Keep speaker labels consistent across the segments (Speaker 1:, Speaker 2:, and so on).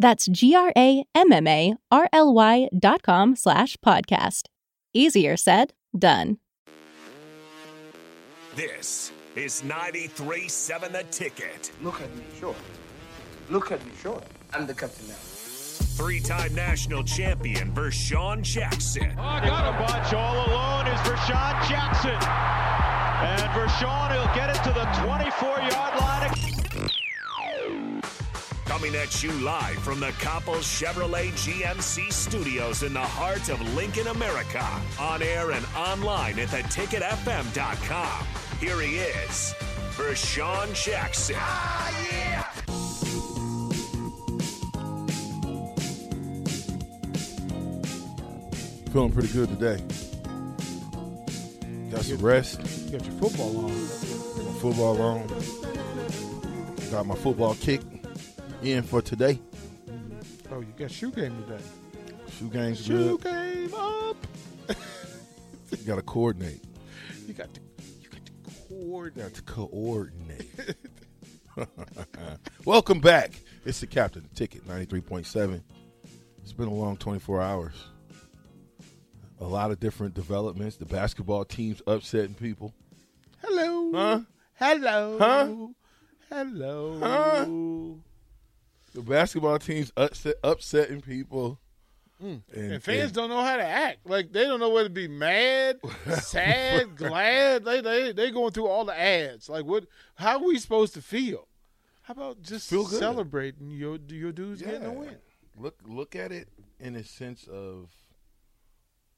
Speaker 1: That's G R A M M A R L Y dot com slash podcast. Easier said, done.
Speaker 2: This is 93.7 The Ticket.
Speaker 3: Look at me short. Look at me short. I'm the captain now.
Speaker 2: Three time national champion Vershawn Jackson.
Speaker 4: Oh, got a bunch all alone is Vershawn Jackson. And Vershawn, he'll get it to the 24 yard line.
Speaker 2: Coming at you live from the Coppel Chevrolet GMC studios in the heart of Lincoln, America. On air and online at theticketfm.com. Here he is, Vershawn Jackson.
Speaker 5: Ah,
Speaker 6: Feeling pretty good today. Got some rest.
Speaker 5: You got your football on.
Speaker 6: Got my football on. Got my football kick in for today.
Speaker 5: Oh, you got shoe game today.
Speaker 6: Shoe game's
Speaker 5: Shoe
Speaker 6: good.
Speaker 5: game up.
Speaker 6: You gotta coordinate.
Speaker 5: You got to, you got to
Speaker 6: You
Speaker 5: coordinate.
Speaker 6: got to coordinate. Welcome back. It's the Captain the Ticket, 93.7. It's been a long 24 hours. A lot of different developments. The basketball team's upsetting people.
Speaker 5: Hello.
Speaker 6: Huh?
Speaker 5: Hello.
Speaker 6: Huh?
Speaker 5: Hello.
Speaker 6: The basketball team's upset, upsetting people.
Speaker 5: Hmm. And, fans don't know how to act. Like they don't know whether to be mad, sad, glad. They they they going through all the ads. Like what? How are we supposed to feel? How about just
Speaker 6: Feel good.
Speaker 5: celebrating your your dudes getting a
Speaker 6: Yeah.
Speaker 5: win?
Speaker 6: Look look at it in a sense of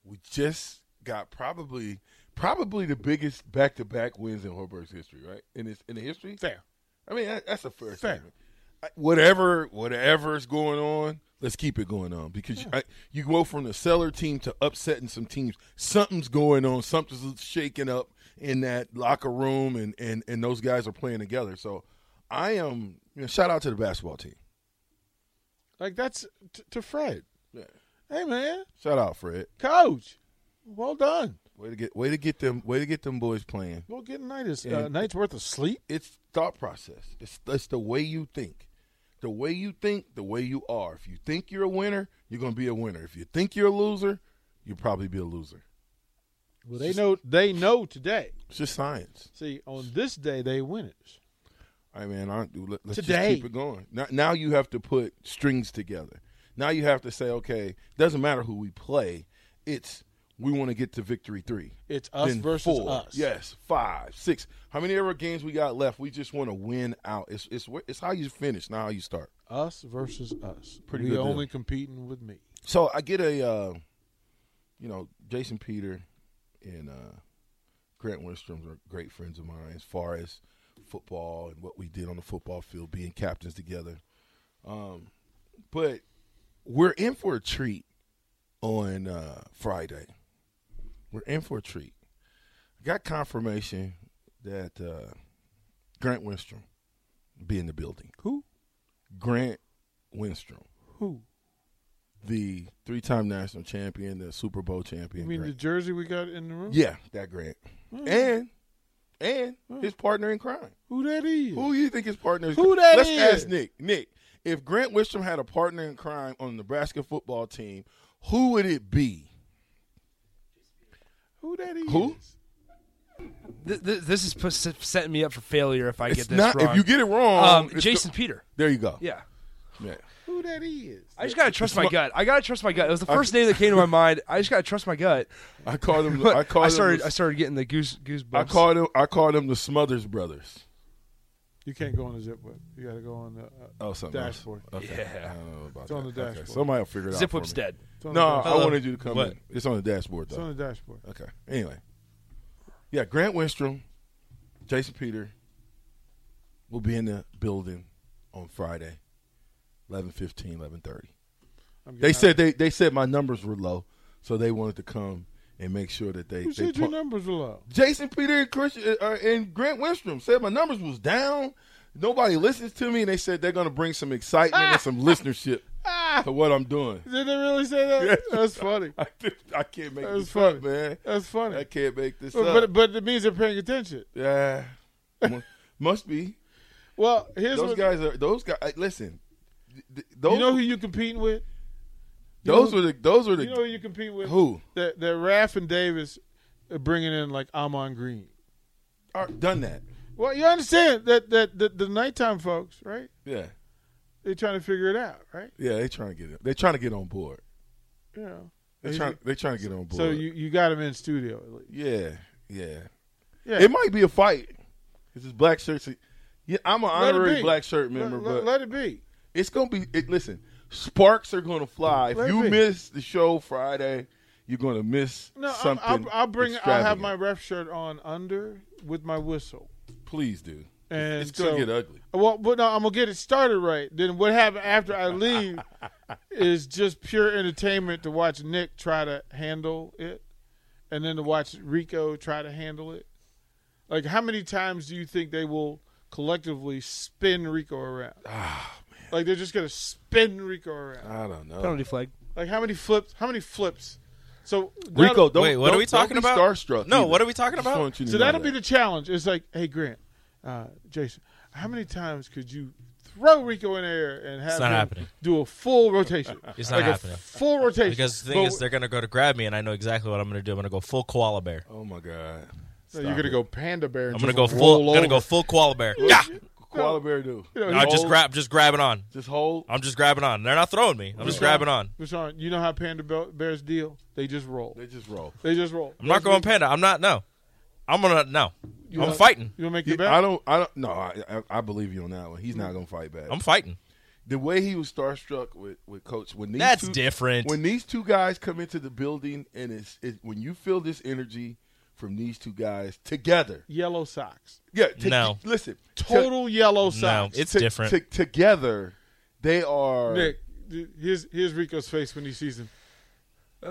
Speaker 6: we just got probably probably the biggest back to back wins in Horberg's history, right? In his in the history.
Speaker 5: Fair.
Speaker 6: I mean that, that's a fair,
Speaker 5: Fair.
Speaker 6: statement. I, whatever whatever's going on, let's keep it going on because I, you go from the seller team to upsetting some teams. Something's going on. Something's shaking up in that locker room, and and and those guys are playing together. So I am you know, shout out to the basketball team.
Speaker 5: Like that's t- to Fred.
Speaker 6: Yeah.
Speaker 5: Hey man,
Speaker 6: Shout out Fred.
Speaker 5: coach. Well done.
Speaker 6: Way to get way to get them way to get them boys playing.
Speaker 5: Go get a night is,
Speaker 6: Yeah.
Speaker 5: uh, night's worth of sleep.
Speaker 6: It's thought process. It's it's the way you think. The way you think, the way you are. If you think you're a winner, you're gonna be a winner. If you think you're a loser, you'll probably be a loser.
Speaker 5: Well, they know they know today.
Speaker 6: It's just science.
Speaker 5: See, on this day they winners.
Speaker 6: I mean, I do. Let, let's
Speaker 5: Today.
Speaker 6: just keep it going. Now, now you have to put strings together. Now you have to say, okay, doesn't matter who we play. It's we want to get to victory three.
Speaker 5: It's us
Speaker 6: Then
Speaker 5: versus
Speaker 6: four.
Speaker 5: us.
Speaker 6: Yes, five, six. How many ever games we got left? We just want to win out. It's it's wh- it's how you finish, not how you start.
Speaker 5: Us versus us.
Speaker 6: Pretty
Speaker 5: we
Speaker 6: good deal.
Speaker 5: only competing with me.
Speaker 6: So I get a, uh, you know, Jason Peter and uh, Grant Winstrom are great friends of mine as far as football and what we did on the football field, being captains together. Um, but we're in for a treat on uh, Friday. We're in for a treat. I got confirmation that uh, Grant Winstrom be in the building.
Speaker 5: Who?
Speaker 6: Grant Winstrom
Speaker 5: Who?
Speaker 6: the three-time national champion, the Super Bowl champion.
Speaker 5: You mean the
Speaker 6: Grant.
Speaker 5: jersey we got in the room?
Speaker 6: yeah, that Grant,
Speaker 5: Mm-hmm.
Speaker 6: and and his partner in crime.
Speaker 5: Who that is?
Speaker 6: Who you think his partner is?
Speaker 5: Mm. Who that
Speaker 6: Let's
Speaker 5: is?
Speaker 6: ask Nick. Nick, if Grant Wistrom had a partner in crime on the Nebraska football team, who would it be?
Speaker 5: Who that is?
Speaker 6: Who?
Speaker 7: Th- th- this is put, setting me up for failure if I
Speaker 6: It's
Speaker 7: get this
Speaker 6: not- if
Speaker 7: wrong.
Speaker 6: you get it wrong,
Speaker 7: um,
Speaker 6: it's
Speaker 7: Jason
Speaker 6: the-
Speaker 7: Peter.
Speaker 6: There you go.
Speaker 7: Yeah.
Speaker 6: Yeah.
Speaker 5: Who that is?
Speaker 7: I just gotta trust my
Speaker 6: Sm-
Speaker 7: gut. I gotta trust my gut. It was the first name that came to my mind. I just gotta trust my gut.
Speaker 6: I called him.
Speaker 7: But
Speaker 6: I called
Speaker 7: started.
Speaker 6: Him,
Speaker 7: I started getting the goose goosebumps.
Speaker 6: I called him. I called him the Smothers Brothers.
Speaker 5: You can't go on the zip web. You got to go on the. Uh,
Speaker 6: Oh, something else.
Speaker 5: Dashboard.
Speaker 6: Okay.
Speaker 7: Yeah.
Speaker 6: I don't know about
Speaker 5: It's on
Speaker 6: that.
Speaker 5: the
Speaker 6: Okay,
Speaker 5: dashboard.
Speaker 6: Somebody will figure it out.
Speaker 7: Zip
Speaker 6: for
Speaker 7: Whip's
Speaker 6: me.
Speaker 7: dead.
Speaker 5: it's on the
Speaker 6: No,
Speaker 5: dash-
Speaker 6: I wanted you to come
Speaker 7: What?
Speaker 6: in. It's on the dashboard
Speaker 5: It's
Speaker 6: though.
Speaker 5: on the dashboard.
Speaker 6: Okay. Anyway. Yeah, Grant Winstrom, Jason Peter will be in the building on Friday, 11.15, 11.30.
Speaker 5: I'm
Speaker 6: They
Speaker 5: getting
Speaker 6: said they, they said my numbers were low, so they wanted to come and make sure that they,
Speaker 5: out. Who
Speaker 6: they
Speaker 5: said your
Speaker 6: pu-
Speaker 5: numbers were low?
Speaker 6: Jason Peter and Christian uh, and Grant Winstrom said my numbers was down. Nobody listens to me, and they said they're going to bring some excitement and some listenership to what I'm doing.
Speaker 5: Did they really say that?
Speaker 6: Yeah.
Speaker 5: That's funny.
Speaker 6: I, I can't make
Speaker 5: That's
Speaker 6: this
Speaker 5: funny,
Speaker 6: up, man.
Speaker 5: That's funny.
Speaker 6: I can't make this
Speaker 5: But,
Speaker 6: up.
Speaker 5: but but it means they're paying attention.
Speaker 6: Yeah, Mu- must be.
Speaker 5: Well, here's
Speaker 6: Those
Speaker 5: what
Speaker 6: guys are those guys. I- Listen, th- th-
Speaker 5: you
Speaker 6: those
Speaker 5: know who you competing with. you
Speaker 6: those
Speaker 5: know-
Speaker 6: were the those were the
Speaker 5: You know who you compete with.
Speaker 6: Who?
Speaker 5: That that Raff and Davis are bringing in like Amon Green.
Speaker 6: are- done that.
Speaker 5: Well, you understand that that, that the nighttime folks, right?
Speaker 6: Yeah,
Speaker 5: They're trying to figure it out, right?
Speaker 6: yeah. They trying to get it. They trying to get on board.
Speaker 5: You know.
Speaker 6: They trying they trying to get on board.
Speaker 5: So you, you got him in studio at least.
Speaker 6: yeah, yeah.
Speaker 5: Yeah.
Speaker 6: It might be a fight. It's just black shirts. Yeah, I'm an
Speaker 5: Let it
Speaker 6: honorary
Speaker 5: be.
Speaker 6: black shirt
Speaker 5: Let-
Speaker 6: member, but
Speaker 5: let, let it be.
Speaker 6: it's gonna be. It, listen, sparks are gonna fly. If
Speaker 5: Let it
Speaker 6: you
Speaker 5: be.
Speaker 6: miss the show Friday, you're gonna miss
Speaker 5: No, I'm-
Speaker 6: something.
Speaker 5: I'll, I'll bring. I'll have
Speaker 6: extravagant.
Speaker 5: my ref shirt on under with my whistle.
Speaker 6: Please do.
Speaker 5: And
Speaker 6: it's gonna
Speaker 5: so-
Speaker 6: get ugly.
Speaker 5: Well, but no, I'm gonna get it started right. Then what happened after I leave is just pure entertainment to watch Nick try to handle it, and then to watch Rico try to handle it. Like, how many times do you think they will collectively spin Rico around?
Speaker 6: Ah,
Speaker 5: Like they're just gonna spin Rico around.
Speaker 6: I don't know.
Speaker 7: penalty flag.
Speaker 5: Like how many flips? How many flips? So
Speaker 6: Rico,
Speaker 5: that'll-
Speaker 6: don't.
Speaker 8: Wait, what are
Speaker 6: don't-
Speaker 8: we talking
Speaker 6: don't be
Speaker 8: about?
Speaker 6: Starstruck.
Speaker 8: No,
Speaker 6: either.
Speaker 8: what are we talking
Speaker 6: Just
Speaker 8: about?
Speaker 6: want you to
Speaker 5: So
Speaker 6: know
Speaker 5: that'll be
Speaker 6: that.
Speaker 5: the challenge. It's like, hey Grant, uh, Jason, how many times could you throw Rico in the air and have
Speaker 8: not
Speaker 5: him
Speaker 8: happening.
Speaker 5: do a full rotation?
Speaker 8: It's not
Speaker 5: Like a
Speaker 8: happening.
Speaker 5: full rotation.
Speaker 8: Because the thing
Speaker 5: But-
Speaker 8: is, they're gonna go to grab me, and I know exactly what I'm gonna do. I'm gonna go full koala bear.
Speaker 6: Oh my god.
Speaker 5: so you're gonna go panda bear. And
Speaker 8: I'm gonna
Speaker 5: just
Speaker 8: go full.
Speaker 5: roll
Speaker 8: Gonna go
Speaker 5: over.
Speaker 8: full koala bear. Yeah.
Speaker 6: Koala bear do.
Speaker 5: know,
Speaker 8: No, I just
Speaker 6: Hold-
Speaker 8: grab. Just grabbing on.
Speaker 6: Just hold.
Speaker 8: I'm just grabbing on. They're not throwing me. I'm just grabbing on.
Speaker 5: Rashawn, you know how panda be- bears deal? They just roll.
Speaker 6: They just roll.
Speaker 5: They just roll.
Speaker 8: I'm not going panda. I'm not. No. I'm gonna no. I'm
Speaker 5: wanna-
Speaker 8: fighting.
Speaker 5: You wanna make
Speaker 6: Yeah,
Speaker 5: your bet?
Speaker 6: I don't. I don't. No, I, I, I believe you on that one. He's not gonna fight back.
Speaker 8: Mm. I'm fighting.
Speaker 6: the way he was starstruck with, with coach when these
Speaker 8: That's
Speaker 6: two,
Speaker 8: different.
Speaker 6: When these two guys come into the building and it's it, when you feel this energy from these two guys together.
Speaker 5: yellow socks.
Speaker 6: Yeah. to-
Speaker 8: No.
Speaker 6: Listen. to-
Speaker 5: Total yellow
Speaker 8: No,
Speaker 5: socks.
Speaker 8: it's
Speaker 6: to-
Speaker 8: different.
Speaker 6: to- together, they are.
Speaker 5: Nick, d- here's here's Rico's face when he sees him.
Speaker 6: You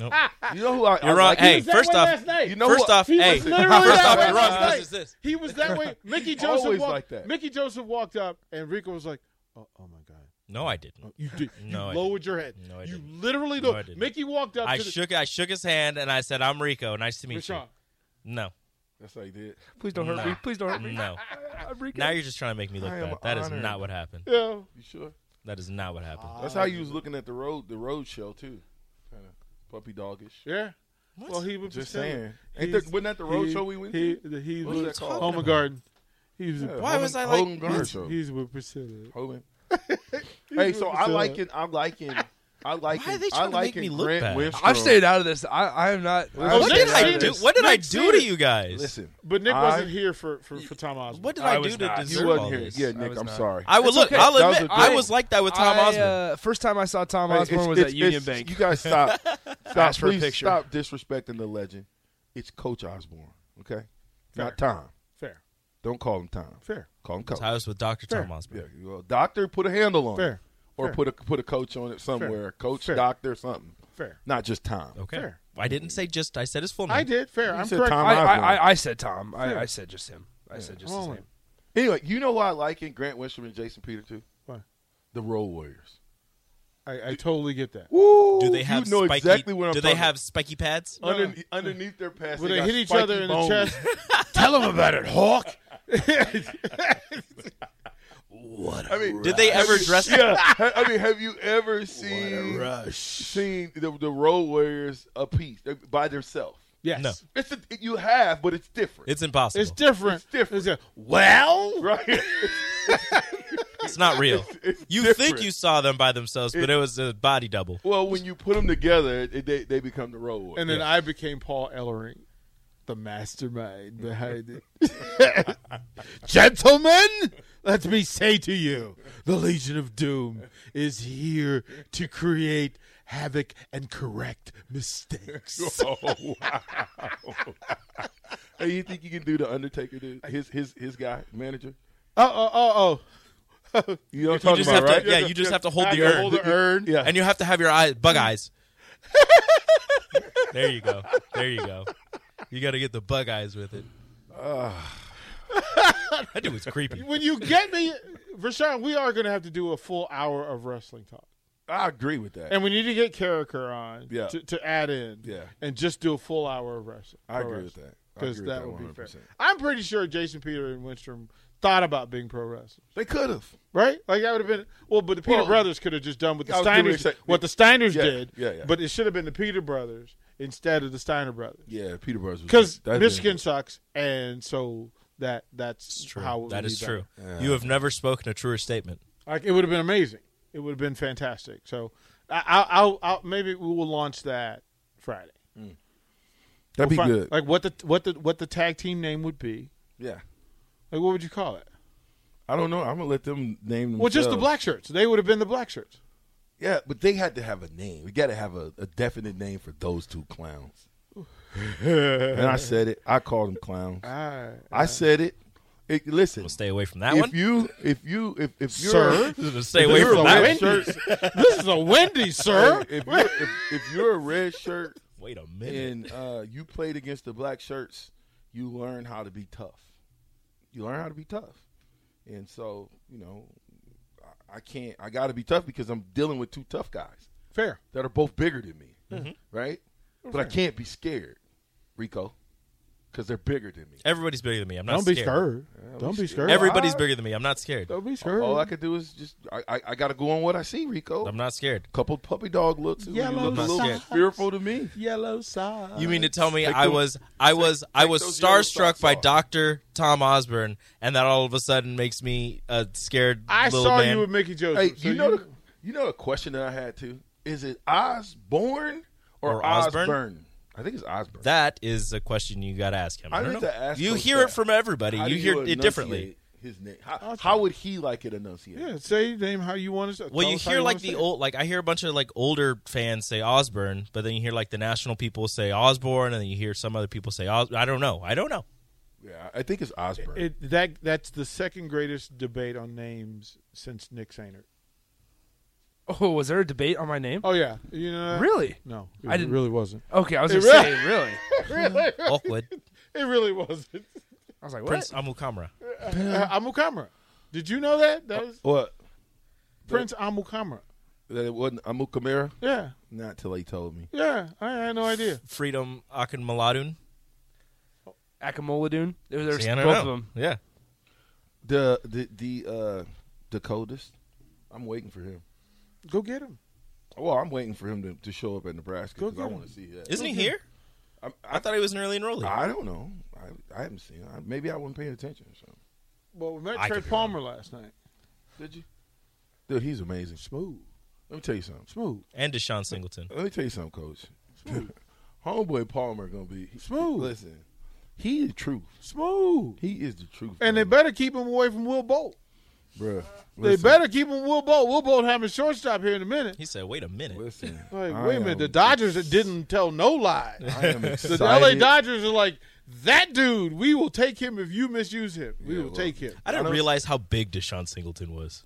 Speaker 6: know who I? I
Speaker 8: You're wrong.
Speaker 6: like-
Speaker 8: Hey,
Speaker 5: was that
Speaker 8: first
Speaker 5: way
Speaker 8: off,
Speaker 5: last night.
Speaker 8: you
Speaker 6: You know
Speaker 8: know first
Speaker 6: what?
Speaker 8: off,
Speaker 5: He
Speaker 8: hey,
Speaker 5: was
Speaker 8: first
Speaker 5: literally
Speaker 8: off,
Speaker 5: that way
Speaker 8: you're wrong.
Speaker 5: last
Speaker 8: This is
Speaker 5: night.
Speaker 8: this.
Speaker 5: He was that way. Mickey Joseph
Speaker 6: Always
Speaker 5: walked.
Speaker 6: like that.
Speaker 5: Mickey Joseph walked up, and Rico was like, "Oh, oh my god,
Speaker 8: No, I didn't.
Speaker 5: you did.
Speaker 8: No, I
Speaker 5: you lowered your head.
Speaker 8: No, I
Speaker 5: you
Speaker 8: didn't.
Speaker 5: literally
Speaker 8: No, I
Speaker 5: lowered.
Speaker 8: didn't.
Speaker 5: Mickey walked up
Speaker 8: I
Speaker 5: to the
Speaker 8: shook. I shook his hand and I said, "I'm Rico. Nice to meet
Speaker 5: Rashawn.
Speaker 8: you." No.
Speaker 6: That's how he did.
Speaker 7: Please don't hurt
Speaker 8: Nah.
Speaker 7: me. Please don't hurt me.
Speaker 8: Mm, No. Now you're just trying to make me look
Speaker 6: I am
Speaker 8: bad. That is
Speaker 6: honored.
Speaker 8: not what happened.
Speaker 5: Yeah.
Speaker 6: You sure?
Speaker 8: That is not what happened.
Speaker 6: That's how you was looking at the road, the road show too, kind of puppy doggish.
Speaker 5: Yeah. Well, he was
Speaker 6: Just
Speaker 5: pretending.
Speaker 6: saying. Ain't
Speaker 5: He's-
Speaker 6: there- wasn't that the road
Speaker 5: he-
Speaker 6: show we went
Speaker 5: He,
Speaker 6: to?
Speaker 5: the, he
Speaker 6: What was
Speaker 5: was
Speaker 6: that called?
Speaker 5: Home and Garden. He was.
Speaker 6: Yeah,
Speaker 8: Why was I like-
Speaker 6: Hogan Garner
Speaker 5: he's,
Speaker 6: show?
Speaker 5: he's with Priscilla.
Speaker 6: Hogan. hey, so I like it. I like it. I like
Speaker 8: Why are
Speaker 6: it.
Speaker 8: they
Speaker 6: I
Speaker 8: trying to
Speaker 6: like
Speaker 8: make me
Speaker 6: it.
Speaker 8: look
Speaker 6: Grant
Speaker 8: bad?
Speaker 6: Winstrom.
Speaker 7: I've stayed out of this. I, I am not. I
Speaker 8: What did
Speaker 7: am
Speaker 5: Nick
Speaker 7: staying out
Speaker 8: I
Speaker 7: of
Speaker 8: do?
Speaker 7: this.
Speaker 5: Seeders.
Speaker 8: What did I
Speaker 5: Nick
Speaker 8: do to
Speaker 5: Seeders.
Speaker 8: you guys?
Speaker 6: Listen,
Speaker 5: But Nick
Speaker 6: I-
Speaker 5: wasn't here for, for, for Tom Osborne.
Speaker 8: What did
Speaker 7: I
Speaker 8: I,
Speaker 7: was
Speaker 8: do to
Speaker 7: not. You
Speaker 8: deserve
Speaker 6: You
Speaker 8: all
Speaker 6: wasn't here.
Speaker 8: this?
Speaker 6: Yeah,
Speaker 7: I
Speaker 6: Nick,
Speaker 7: was
Speaker 6: I'm
Speaker 7: not.
Speaker 6: sorry.
Speaker 8: I would
Speaker 6: It's
Speaker 8: look.
Speaker 6: okay. That
Speaker 8: I'll
Speaker 6: was
Speaker 8: admit,
Speaker 6: a
Speaker 8: I
Speaker 6: joke.
Speaker 8: was like that with Tom
Speaker 7: I,
Speaker 8: Osborne.
Speaker 7: uh, first time I saw Tom
Speaker 6: Hey,
Speaker 7: Osborne
Speaker 6: it's-
Speaker 7: was
Speaker 6: it's-
Speaker 7: at Union
Speaker 6: it's-
Speaker 7: Bank.
Speaker 6: You guys stop. Stop.
Speaker 7: for a
Speaker 6: Please
Speaker 7: picture.
Speaker 6: stop disrespecting the legend. It's Coach Osborne. Okay, not Tom.
Speaker 5: Fair.
Speaker 6: Don't call him Tom.
Speaker 5: Fair.
Speaker 6: Call him
Speaker 8: I
Speaker 6: Coach.
Speaker 8: was with Doctor Tom
Speaker 6: Yeah,
Speaker 8: Osborne.
Speaker 6: well, doctor, put a handle on it,
Speaker 5: Fair.
Speaker 6: or
Speaker 5: Fair.
Speaker 6: put a put a coach on it somewhere. Coach,
Speaker 5: Fair.
Speaker 6: doctor, something.
Speaker 5: Fair.
Speaker 6: Not just Tom.
Speaker 8: Okay.
Speaker 5: Fair.
Speaker 8: I didn't say just. I said his full name.
Speaker 5: I did. Fair. I'm
Speaker 6: said
Speaker 5: correct.
Speaker 6: Tom
Speaker 7: I, I,
Speaker 6: Osborne.
Speaker 7: I, I said Tom. I, I said just him. I said just his
Speaker 5: Wrong.
Speaker 7: name.
Speaker 6: Anyway, you know why I like it? Grant Winstrom and Jason Peter too.
Speaker 5: Why?
Speaker 6: The Road Warriors.
Speaker 5: I, I totally get that.
Speaker 6: Woo!
Speaker 8: Do they have
Speaker 6: you know
Speaker 8: spiky?
Speaker 6: exactly what I'm
Speaker 8: do they
Speaker 6: talking
Speaker 8: have spiky pads?
Speaker 6: about. Under, underneath their pants?
Speaker 5: When
Speaker 6: they
Speaker 5: they
Speaker 6: got
Speaker 5: hit each
Speaker 6: spiky
Speaker 5: other in
Speaker 6: bones.
Speaker 5: the chest, tell them about it, Hawk.
Speaker 6: I mean,
Speaker 8: Did they ever dress?
Speaker 6: yeah, ha- I mean, have you ever seen seen the, the Road Warriors a piece uh, by themselves?
Speaker 5: yes,
Speaker 8: No.
Speaker 6: It's a, you have, but it's different.
Speaker 8: It's impossible.
Speaker 5: it's
Speaker 8: It's,
Speaker 5: different.
Speaker 6: It's different.
Speaker 5: a- well,
Speaker 6: right.
Speaker 8: not real.
Speaker 6: it's
Speaker 8: you
Speaker 6: different.
Speaker 8: think you saw them by themselves, but it was a body double.
Speaker 6: well, when you put them together, it, they they become the Road Warriors.
Speaker 5: and then I became Paul Ellering, the mastermind behind it. Gentlemen, let me say to you, the Legion of Doom is here to create havoc and correct mistakes.
Speaker 6: Oh, Hey, you think you can do the Undertaker, dude? His his his guy manager.
Speaker 5: Oh, oh, oh, oh.
Speaker 6: You know what
Speaker 8: You
Speaker 6: I'm talking
Speaker 8: just
Speaker 6: about,
Speaker 8: have to,
Speaker 6: right?
Speaker 8: yeah, you just have to hold
Speaker 5: I
Speaker 8: the
Speaker 5: gotta
Speaker 8: urn,
Speaker 5: hold the urn.
Speaker 6: Yeah.
Speaker 8: and you have to have your eye bug eyes. there you go. There you go. You got to get the bug eyes with it. that dude was creepy.
Speaker 5: When you get me, Rashawn, we are going to have to do a full hour of wrestling talk.
Speaker 6: I agree with that.
Speaker 5: And we need to get Carricker on
Speaker 6: Yeah.
Speaker 5: to, to add in
Speaker 6: Yeah.
Speaker 5: and just do a full hour of wrestling.
Speaker 6: I
Speaker 5: of
Speaker 6: agree with
Speaker 5: wrestling.
Speaker 6: that. I
Speaker 5: because
Speaker 6: agree with
Speaker 5: that,
Speaker 6: that
Speaker 5: would be fair.
Speaker 6: 100%.
Speaker 5: I'm pretty sure Jason Peter and Winstrom thought about being pro wrestlers,
Speaker 6: They could have.
Speaker 5: right? Like that would have been well, but the Peter
Speaker 6: Well,
Speaker 5: brothers could have just done what the
Speaker 6: I was gonna
Speaker 5: Steiners
Speaker 6: say-
Speaker 5: what the Steiners
Speaker 6: Yeah,
Speaker 5: did,
Speaker 6: yeah, yeah.
Speaker 5: but it should have been the Peter brothers instead of the Steiner brothers
Speaker 6: Yeah, Peter Burns.
Speaker 5: because Michigan sucks, and so that that's
Speaker 8: True.
Speaker 5: how it would
Speaker 8: that
Speaker 5: be
Speaker 8: is
Speaker 5: better.
Speaker 8: true. You have never spoken a truer statement.
Speaker 5: Like it would have been amazing. It would have been fantastic. So I, I, I'll, I'll maybe we will launch that Friday.
Speaker 6: That'd be
Speaker 5: We'll find-
Speaker 6: good.
Speaker 5: Like what the what the what the tag team name would be.
Speaker 6: yeah.
Speaker 5: Like what would you call it?
Speaker 6: I don't know. I'm gonna let them name.
Speaker 5: Well, just the
Speaker 6: themselves.
Speaker 5: black shirts. They would have been the black shirts.
Speaker 6: Yeah, but they had to have a name. We got to have a, a definite name for those two clowns. and I said it. I called them clowns. I said it. It- listen,
Speaker 8: We'll stay away from that
Speaker 6: if
Speaker 8: one.
Speaker 6: you, if you, if if you're,
Speaker 5: Sir?
Speaker 8: stay away
Speaker 6: you're
Speaker 8: from
Speaker 6: a
Speaker 8: that
Speaker 6: red
Speaker 8: one.
Speaker 6: shirt,
Speaker 5: this is a Wendy's, sir.
Speaker 6: if, you're, if, if you're a red shirt
Speaker 8: Wait a minute.
Speaker 6: and uh, you played against the black shirts, you learn how to be tough. You learn how to be tough, and so you know, I, I can't. I got to be tough because I'm dealing with two tough guys.
Speaker 5: Fair.
Speaker 6: that are both bigger than me,
Speaker 8: Mm-hmm.
Speaker 6: right? But I can't be scared, Rico, because they're bigger than me.
Speaker 8: Everybody's bigger than me. I'm not
Speaker 5: Don't be
Speaker 8: scared.
Speaker 5: scared. Don't be scared.
Speaker 8: Everybody's bigger than me. I'm not scared.
Speaker 5: Don't be scared.
Speaker 6: All I could do is just I, I, I got to go on what I see, Rico.
Speaker 8: I'm not scared.
Speaker 6: Couple puppy dog looks. and you
Speaker 5: Yellow
Speaker 6: look a little
Speaker 5: socks.
Speaker 6: fearful to me.
Speaker 5: Yellow side.
Speaker 8: You mean to tell me
Speaker 6: Take
Speaker 8: I
Speaker 6: those-
Speaker 8: was I was I was
Speaker 6: those yellow socks
Speaker 8: starstruck by
Speaker 6: off.
Speaker 8: Doctor Tom Osborne, and that all of a sudden makes me a scared
Speaker 5: I
Speaker 8: little
Speaker 5: saw
Speaker 8: man?
Speaker 5: you with Mickey Joseph.
Speaker 6: Hey,
Speaker 5: so
Speaker 6: you know, the, you know the question that I had too. Is it Osborne or,
Speaker 8: Or Osborne?
Speaker 6: Osborne? I think it's Osborne.
Speaker 8: that is a question you got to ask him.
Speaker 6: I
Speaker 8: I don't
Speaker 6: need
Speaker 8: know.
Speaker 6: to ask
Speaker 8: you
Speaker 6: those
Speaker 8: hear it
Speaker 6: guys.
Speaker 8: from everybody.
Speaker 6: How
Speaker 8: you
Speaker 6: do
Speaker 8: hear it
Speaker 6: enunciate
Speaker 8: differently.
Speaker 6: His name. How, how would he like it enunciated?
Speaker 5: yeah, say name how you want to.
Speaker 8: Well, you hear like the old, like I hear a bunch of like older fans say Osborne, but then you hear like the national people say Osborne, and then you hear some other people say Os- I don't know. I don't know.
Speaker 6: Yeah, I think it's Osborne.
Speaker 5: It, that that's the second greatest debate on names since Nick Sainert.
Speaker 7: Oh, was there a debate on my name?
Speaker 5: Oh yeah, you know that?
Speaker 7: Really?
Speaker 5: No, it
Speaker 7: I didn't-
Speaker 5: really wasn't.
Speaker 7: Okay, I was
Speaker 5: It
Speaker 7: just
Speaker 5: really-
Speaker 7: saying, really?
Speaker 5: Really,
Speaker 8: Awkward.
Speaker 5: it really wasn't.
Speaker 7: I was like, what?
Speaker 8: Prince Amukamra.
Speaker 5: Uh, Amukamra, did you know that? That was
Speaker 6: what?
Speaker 5: Prince Amukamra.
Speaker 6: That it wasn't Amukamara?
Speaker 5: Yeah,
Speaker 6: Not till he told me.
Speaker 5: yeah. I had no idea.
Speaker 8: Freedom Akinmaladun.
Speaker 7: Akamoladun? There, there's
Speaker 8: See, I
Speaker 7: both
Speaker 8: don't
Speaker 7: of
Speaker 8: know.
Speaker 7: them.
Speaker 8: Yeah.
Speaker 6: The the the uh the coldest. I'm waiting for him.
Speaker 5: Go get him.
Speaker 6: Well, I'm waiting for him to, to show up at Nebraska
Speaker 5: Go
Speaker 6: because
Speaker 5: get
Speaker 6: I
Speaker 5: him.
Speaker 6: want to see that.
Speaker 8: Isn't he here?
Speaker 6: I,
Speaker 8: I
Speaker 6: I,
Speaker 8: thought he was an early enrollee.
Speaker 6: I don't know. I, I haven't seen. Him. I- Maybe I wasn't paying attention. or something.
Speaker 5: Well, we met
Speaker 8: I
Speaker 5: Trey
Speaker 8: could be
Speaker 5: Palmer last night.
Speaker 6: Did you? Dude, he's amazing. Smooth. Let me tell you something.
Speaker 5: Smooth,
Speaker 8: and Deshaun Singleton.
Speaker 6: Let me tell you something, Coach. Homeboy Palmer gonna be
Speaker 5: Smooth.
Speaker 6: Listen, he the truth.
Speaker 5: smooth.
Speaker 6: He is the truth.
Speaker 5: And they
Speaker 6: man.
Speaker 5: better keep him away from Will Bolt.
Speaker 6: Bruh,
Speaker 5: They
Speaker 6: listen,
Speaker 5: better keep him Will Bolt. Will Bolt having shortstop here in a minute.
Speaker 8: He said, "Wait a minute."
Speaker 6: Listen,
Speaker 5: Like,
Speaker 6: I
Speaker 5: wait a minute.
Speaker 6: am-
Speaker 5: The Dodgers that didn't tell no lie.
Speaker 6: I am
Speaker 5: The
Speaker 6: excited.
Speaker 5: LA Dodgers are like, that dude, we will take him if you misuse him. We will
Speaker 6: well,
Speaker 5: take him.
Speaker 8: I didn't realize how big Deshaun Singleton was.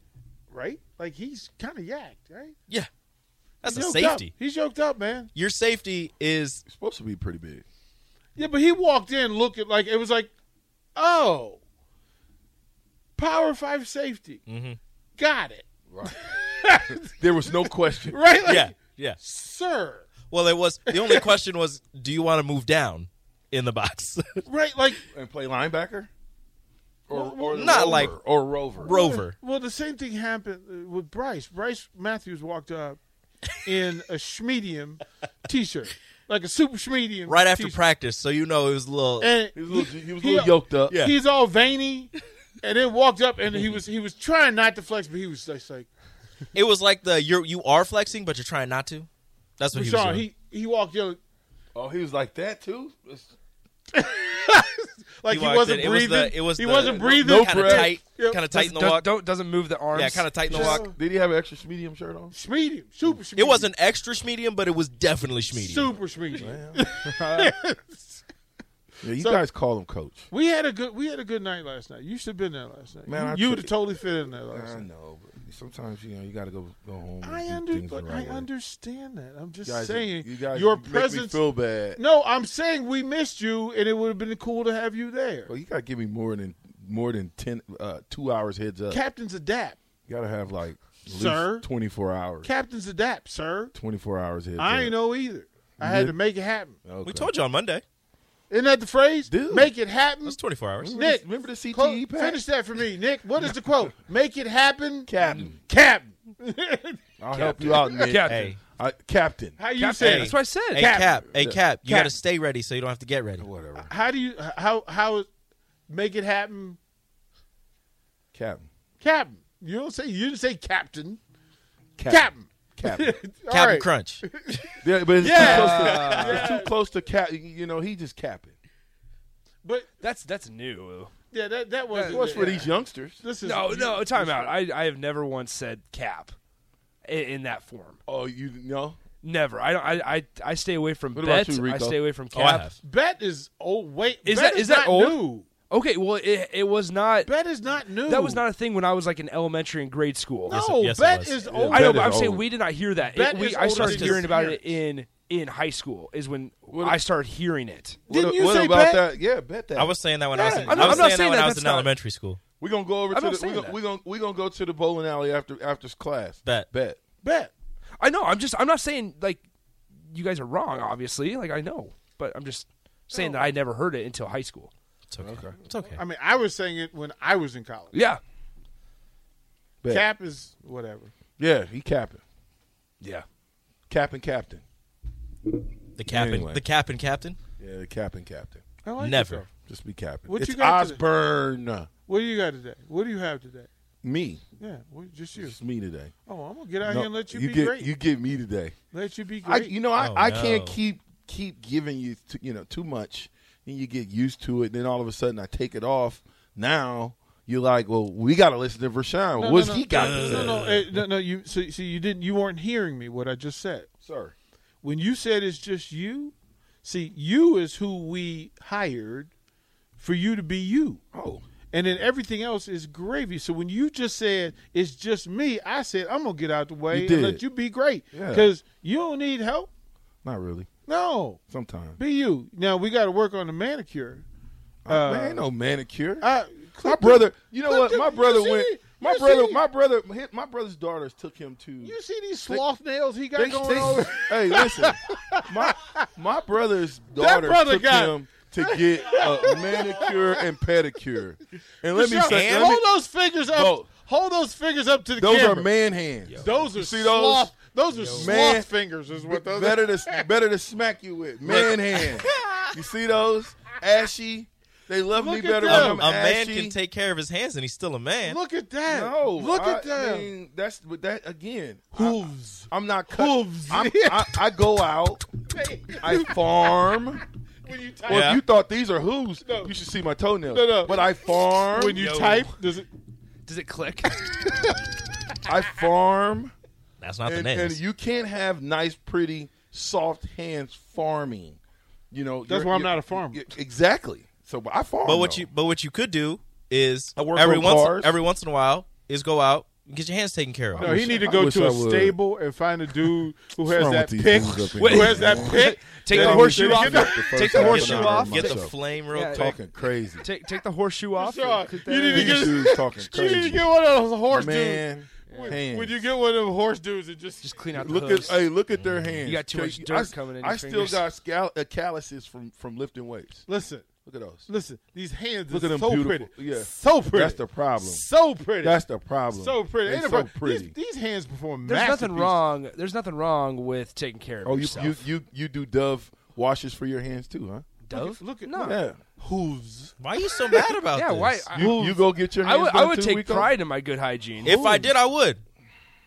Speaker 5: Right? Like, he's kind of yacked, right?
Speaker 8: Yeah, that's a
Speaker 5: He's yoked
Speaker 8: safety.
Speaker 5: Up. He's yoked up, man.
Speaker 8: Your safety is
Speaker 6: It's supposed to be pretty big.
Speaker 5: Yeah, but he walked in looking like, it was like, oh, power five safety. Got it.
Speaker 6: Mm-hmm. Right. there was no question.
Speaker 5: right? Like,
Speaker 8: yeah, yeah.
Speaker 5: Sir.
Speaker 8: Well, it was the only question was, do you want to move down in the box?
Speaker 5: Right? Like,
Speaker 6: And play linebacker, or, or
Speaker 8: Not
Speaker 6: rover,
Speaker 8: like-
Speaker 6: or rover.
Speaker 8: Rover.
Speaker 5: Well, the same thing happened with Bryce. Bryce Matthews walked up in a schmedium t-shirt, like a super schmedium.
Speaker 8: Right after
Speaker 5: t-shirt.
Speaker 8: practice, so you know it was a little.
Speaker 5: And
Speaker 6: He was a little, he was a little yoked up.
Speaker 8: Yeah.
Speaker 5: He's all veiny, and then walked up, and he was he was trying not to flex, but he was just like,
Speaker 8: It was like the you're you are flexing, but you're trying not to. That's what he was
Speaker 5: Rashard,
Speaker 8: doing.
Speaker 5: he he walked yelling
Speaker 6: Oh, he was like that too. It's-
Speaker 5: like he,
Speaker 8: walked
Speaker 5: wasn't
Speaker 8: in. It was
Speaker 5: breathing.
Speaker 8: the- it was
Speaker 5: he
Speaker 8: the-
Speaker 5: wasn't breathing.
Speaker 6: no
Speaker 8: kind of
Speaker 6: breath.
Speaker 8: tight,
Speaker 5: Yep.
Speaker 8: kind of tight in the
Speaker 7: Does-
Speaker 8: walk.
Speaker 7: don't- doesn't move the arms.
Speaker 8: yeah, kind of tight in the
Speaker 5: Just-
Speaker 8: walk.
Speaker 6: Did he have an extra medium shirt on?
Speaker 5: Schmedium, super schmedium.
Speaker 8: It wasn't extra medium, but it was definitely medium.
Speaker 5: super schmedium.
Speaker 6: Yeah, you
Speaker 5: So-
Speaker 6: guys call him coach.
Speaker 5: We had a good we had a good night last night. You should have been there last night.
Speaker 6: Man, I
Speaker 5: you you would have
Speaker 6: could-
Speaker 5: totally fit in there last
Speaker 6: I
Speaker 5: night.
Speaker 6: know, but sometimes you know you got to go go home. And
Speaker 5: I
Speaker 6: do
Speaker 5: under,
Speaker 6: things the
Speaker 5: but
Speaker 6: right
Speaker 5: I
Speaker 6: way.
Speaker 5: understand that. I'm just
Speaker 6: You guys-
Speaker 5: saying
Speaker 6: you guys
Speaker 5: your
Speaker 6: make me
Speaker 5: presence.
Speaker 6: feel bad.
Speaker 5: no, I'm saying we missed you, and it would have been cool to have you there.
Speaker 6: Well, you got to give me more than more than ten uh, two hours heads up.
Speaker 5: Captains adapt.
Speaker 6: you got to have like at least
Speaker 5: Sir?
Speaker 6: twenty four hours.
Speaker 5: Captains adapt, sir.
Speaker 6: twenty four hours heads
Speaker 5: I
Speaker 6: up.
Speaker 5: ain't know either. I had to make it happen.
Speaker 6: Okay.
Speaker 8: We told you on Monday.
Speaker 5: Isn't that the phrase?
Speaker 6: Dude.
Speaker 5: Make it happen.
Speaker 8: That's 24 hours.
Speaker 5: Nick,
Speaker 6: Remember the CTE
Speaker 5: quote-
Speaker 6: pack?
Speaker 5: finish that for me, Nick. What is the quote? Make it happen,
Speaker 6: Captain.
Speaker 5: Captain.
Speaker 6: I'll help you out, Nick.
Speaker 7: Captain.
Speaker 8: Hey,
Speaker 6: I, Captain.
Speaker 5: How you
Speaker 7: Captain,
Speaker 5: say?
Speaker 7: that's what I said.
Speaker 8: hey,
Speaker 7: Cap-
Speaker 8: Cap, hey, Cap, you got to stay ready so you don't have to get ready.
Speaker 6: Whatever.
Speaker 5: How do you how how make it happen,
Speaker 6: Captain.
Speaker 5: Captain? You don't say you didn't say Captain,
Speaker 6: Captain.
Speaker 5: Captain.
Speaker 6: Captain.
Speaker 5: All
Speaker 8: Captain
Speaker 5: right.
Speaker 8: Crunch.
Speaker 6: yeah, but it's,
Speaker 5: Yeah.
Speaker 6: too close to, it's too close to cap. You know, he just capping.
Speaker 5: But
Speaker 7: That's that's new.
Speaker 5: yeah, that that was
Speaker 6: Of course, for these youngsters.
Speaker 5: This is
Speaker 7: No, no, time out. I, I have never once said cap in, in that form.
Speaker 6: Oh, you know.
Speaker 7: Never. I don't. I I, I stay away from
Speaker 6: What about
Speaker 7: bet.
Speaker 6: you,
Speaker 7: I
Speaker 6: Rico?
Speaker 7: stay away from
Speaker 8: Oh, I
Speaker 7: cap.
Speaker 8: have.
Speaker 5: Bet is oh wait.
Speaker 7: Is
Speaker 5: bet
Speaker 7: that- is that
Speaker 5: not
Speaker 7: old?
Speaker 5: new.
Speaker 7: okay. Well, it, it was not.
Speaker 5: Bet is not new.
Speaker 7: That was not a thing when I was like in elementary and grade school.
Speaker 5: No,
Speaker 8: Yes, it- yes, it
Speaker 5: bet
Speaker 8: was.
Speaker 5: is
Speaker 8: Yeah.
Speaker 5: old.
Speaker 7: I know,
Speaker 6: Bet
Speaker 7: but I'm
Speaker 6: is
Speaker 7: saying
Speaker 6: old.
Speaker 7: we did not hear that. It-
Speaker 5: Bet
Speaker 7: we,
Speaker 5: is
Speaker 7: I
Speaker 5: older
Speaker 7: started
Speaker 8: than
Speaker 7: hearing about
Speaker 5: years.
Speaker 7: it in in high school. Is when
Speaker 6: What-
Speaker 7: I started hearing it.
Speaker 5: Didn't
Speaker 6: what,
Speaker 5: you
Speaker 6: what
Speaker 5: say
Speaker 6: about
Speaker 5: bet?
Speaker 6: that? Yeah, bet that.
Speaker 8: I was saying that when I was in,
Speaker 5: Yeah.
Speaker 8: I
Speaker 7: I'm not-
Speaker 8: was
Speaker 7: I'm not
Speaker 8: saying that
Speaker 7: saying
Speaker 8: when
Speaker 7: that,
Speaker 8: I was
Speaker 7: that's
Speaker 8: in
Speaker 7: not-
Speaker 8: elementary school.
Speaker 6: We're gonna go over
Speaker 7: I'm
Speaker 6: to
Speaker 7: not
Speaker 6: the,
Speaker 7: saying
Speaker 6: we're, gonna,
Speaker 7: that.
Speaker 6: we're gonna we're gonna go to the bowling alley after after class.
Speaker 8: Bet.
Speaker 6: bet.
Speaker 5: bet.
Speaker 7: I know. I'm just. I'm not saying like you guys are wrong. Obviously, like I know, but I'm just saying that I never heard it until high school.
Speaker 8: It's okay. It's okay.
Speaker 5: I mean, I was saying it when I was in college.
Speaker 7: Yeah.
Speaker 6: Bet.
Speaker 5: Cap is whatever.
Speaker 6: Yeah, he capping,
Speaker 7: Yeah.
Speaker 6: capping captain.
Speaker 8: The cap and
Speaker 6: Anyway.
Speaker 8: the cap and captain.
Speaker 6: Yeah, the capping captain.
Speaker 5: I like it,
Speaker 8: Never.
Speaker 5: though.
Speaker 6: Just be capping.
Speaker 5: What
Speaker 6: it's
Speaker 5: you got today?
Speaker 6: Osborne. uh,
Speaker 5: What do you got today? What do you have today?
Speaker 6: Me,
Speaker 5: Yeah, well, just you.
Speaker 6: just me today.
Speaker 5: Oh, I'm gonna get out
Speaker 6: No,
Speaker 5: here and let you, be
Speaker 6: get
Speaker 5: great.
Speaker 6: you get me today.
Speaker 5: let you be
Speaker 6: I,
Speaker 5: great.
Speaker 6: you know, I,
Speaker 8: Oh,
Speaker 6: I
Speaker 8: no.
Speaker 6: can't keep keep giving you t- you know too much, and you get used to it. Then all of a sudden, I take it off. Now you're like, well, we got to listen to Vershawn.
Speaker 5: no,
Speaker 6: What's
Speaker 5: no, no,
Speaker 6: he got
Speaker 5: no,
Speaker 6: to
Speaker 5: no,
Speaker 6: say,
Speaker 5: no, no, eh, no, no, You so, so you didn't. You weren't hearing me. What I just said.
Speaker 6: sir?
Speaker 5: When you said it's just you, see, you is who we hired for you to be you,
Speaker 6: Oh,
Speaker 5: and then everything else is gravy. So when you just said it's just me, I said I'm gonna get out the way
Speaker 6: You
Speaker 5: and
Speaker 6: did.
Speaker 5: let you be great
Speaker 6: Yeah.
Speaker 5: because you don't need help.
Speaker 6: not really.
Speaker 5: No,
Speaker 6: Sometimes.
Speaker 5: be you. Now we got to work on the manicure.
Speaker 6: Uh, man, ain't no manicure.
Speaker 5: I,
Speaker 6: my brother, you know
Speaker 5: Clip
Speaker 6: what?
Speaker 5: the-
Speaker 6: My brother
Speaker 5: you
Speaker 6: went.
Speaker 5: see-
Speaker 6: My
Speaker 5: you
Speaker 6: brother,
Speaker 5: see-
Speaker 6: my brother, hi- my brother's daughters took him to.
Speaker 5: You see these sloth nails he got
Speaker 6: They-
Speaker 5: going
Speaker 6: they-
Speaker 5: over?
Speaker 6: hey, listen, my my brother's daughter
Speaker 5: brother
Speaker 6: took
Speaker 5: got-
Speaker 6: him to get a manicure and pedicure. And let me
Speaker 5: Michelle,
Speaker 6: say, let
Speaker 5: hold
Speaker 6: me-
Speaker 5: those fingers up.
Speaker 6: Bro.
Speaker 5: Hold those fingers up to the
Speaker 6: those
Speaker 5: camera.
Speaker 6: are man hands.
Speaker 5: Those are
Speaker 6: see those?
Speaker 5: sloth. Those, are sloth
Speaker 6: Man.
Speaker 5: fingers. Is what those
Speaker 6: better to better to smack you with man hands. You see those ashy? They love
Speaker 5: Look
Speaker 6: me
Speaker 5: at
Speaker 6: better
Speaker 5: them.
Speaker 6: when I'm
Speaker 8: a man
Speaker 6: ashy.
Speaker 8: can take care of his hands, and he's still a man.
Speaker 5: are. Look at that.
Speaker 6: No,
Speaker 5: Look
Speaker 6: I,
Speaker 5: at that.
Speaker 6: I mean, that's but that again.
Speaker 5: Hooves.
Speaker 6: I'm not cut.
Speaker 5: Hooves.
Speaker 6: I'm, I, I go out. I farm.
Speaker 5: when you type,
Speaker 6: Well,
Speaker 8: Yeah.
Speaker 6: if you thought these are who's,
Speaker 5: No.
Speaker 6: you should see my toenails.
Speaker 5: No, no.
Speaker 6: But I farm.
Speaker 5: when you type, does it?
Speaker 7: Does it click?
Speaker 6: I farm,
Speaker 8: That's not the
Speaker 6: and,
Speaker 8: name.
Speaker 6: and you can't have nice, pretty, soft hands farming. You know
Speaker 5: That's
Speaker 6: you're-
Speaker 5: why I'm
Speaker 6: you're-
Speaker 5: not a farmer.
Speaker 6: y- Exactly. So but I farm.
Speaker 8: But what
Speaker 6: though.
Speaker 8: you but what you could do is
Speaker 6: I work
Speaker 8: every
Speaker 6: on
Speaker 8: once
Speaker 6: cars.
Speaker 8: every once in a while is go out and get your hands taken care of.
Speaker 5: No, he need to
Speaker 6: I
Speaker 5: go
Speaker 6: wish
Speaker 5: to
Speaker 6: I
Speaker 5: a
Speaker 6: would.
Speaker 5: stable and find a dude who has
Speaker 6: wrong with
Speaker 5: that
Speaker 6: these
Speaker 5: pick.
Speaker 6: dudes up in
Speaker 5: Who
Speaker 6: here?
Speaker 5: has that pick? Then
Speaker 7: Take the
Speaker 5: we
Speaker 7: horseshoe
Speaker 5: should
Speaker 7: off.
Speaker 5: get-
Speaker 7: Take the
Speaker 6: time
Speaker 7: horseshoe
Speaker 6: I learned
Speaker 7: off.
Speaker 6: my
Speaker 8: Get the
Speaker 6: stuff.
Speaker 8: flame real
Speaker 7: Yeah,
Speaker 8: quick.
Speaker 6: talking crazy.
Speaker 7: Take take the horseshoe off.
Speaker 5: Sure.
Speaker 7: and put that
Speaker 5: You need to
Speaker 7: in.
Speaker 6: These
Speaker 5: get-
Speaker 6: dudes talking
Speaker 5: You need to
Speaker 6: crazy.
Speaker 5: get one of those horse dudes.
Speaker 6: Man,
Speaker 5: When,
Speaker 6: Hands.
Speaker 5: when you get one of them horse dudes and just,
Speaker 7: Just clean out the
Speaker 6: Look at
Speaker 7: hooves. Mm.
Speaker 6: hey, look at their hands.
Speaker 7: got too
Speaker 6: Okay,
Speaker 7: much
Speaker 6: you-
Speaker 7: dirt
Speaker 6: I s-
Speaker 7: coming in
Speaker 6: I
Speaker 7: your
Speaker 6: still
Speaker 7: fingers.
Speaker 6: got scal- uh, calluses from from lifting weights.
Speaker 5: listen,
Speaker 6: Look at those.
Speaker 5: listen, these hands
Speaker 6: Look
Speaker 5: are
Speaker 6: at them
Speaker 5: so
Speaker 6: beautiful-
Speaker 5: pretty.
Speaker 6: yeah.
Speaker 5: So pretty.
Speaker 6: That's the problem.
Speaker 5: So pretty.
Speaker 6: That's the problem.
Speaker 5: so pretty.
Speaker 6: They
Speaker 5: Ain't it
Speaker 6: so
Speaker 5: pro-
Speaker 6: pretty.
Speaker 5: These, these hands perform
Speaker 7: There's nothing
Speaker 5: masterpieces.
Speaker 7: wrong. There's nothing wrong with taking care of
Speaker 6: oh, you,
Speaker 7: yourself.
Speaker 6: you you you do Dove washes for your hands too, huh?
Speaker 7: Dove?
Speaker 5: Look at
Speaker 7: no.
Speaker 5: look
Speaker 6: Yeah.
Speaker 5: hooves.
Speaker 8: Why are you so mad about
Speaker 7: yeah,
Speaker 8: this?
Speaker 7: why? I,
Speaker 6: You, you go get your
Speaker 7: I
Speaker 6: hands.
Speaker 7: would,
Speaker 6: done
Speaker 7: I would
Speaker 6: too,
Speaker 7: take
Speaker 6: Rico?
Speaker 7: pride in my good hygiene.
Speaker 8: If I did, I would.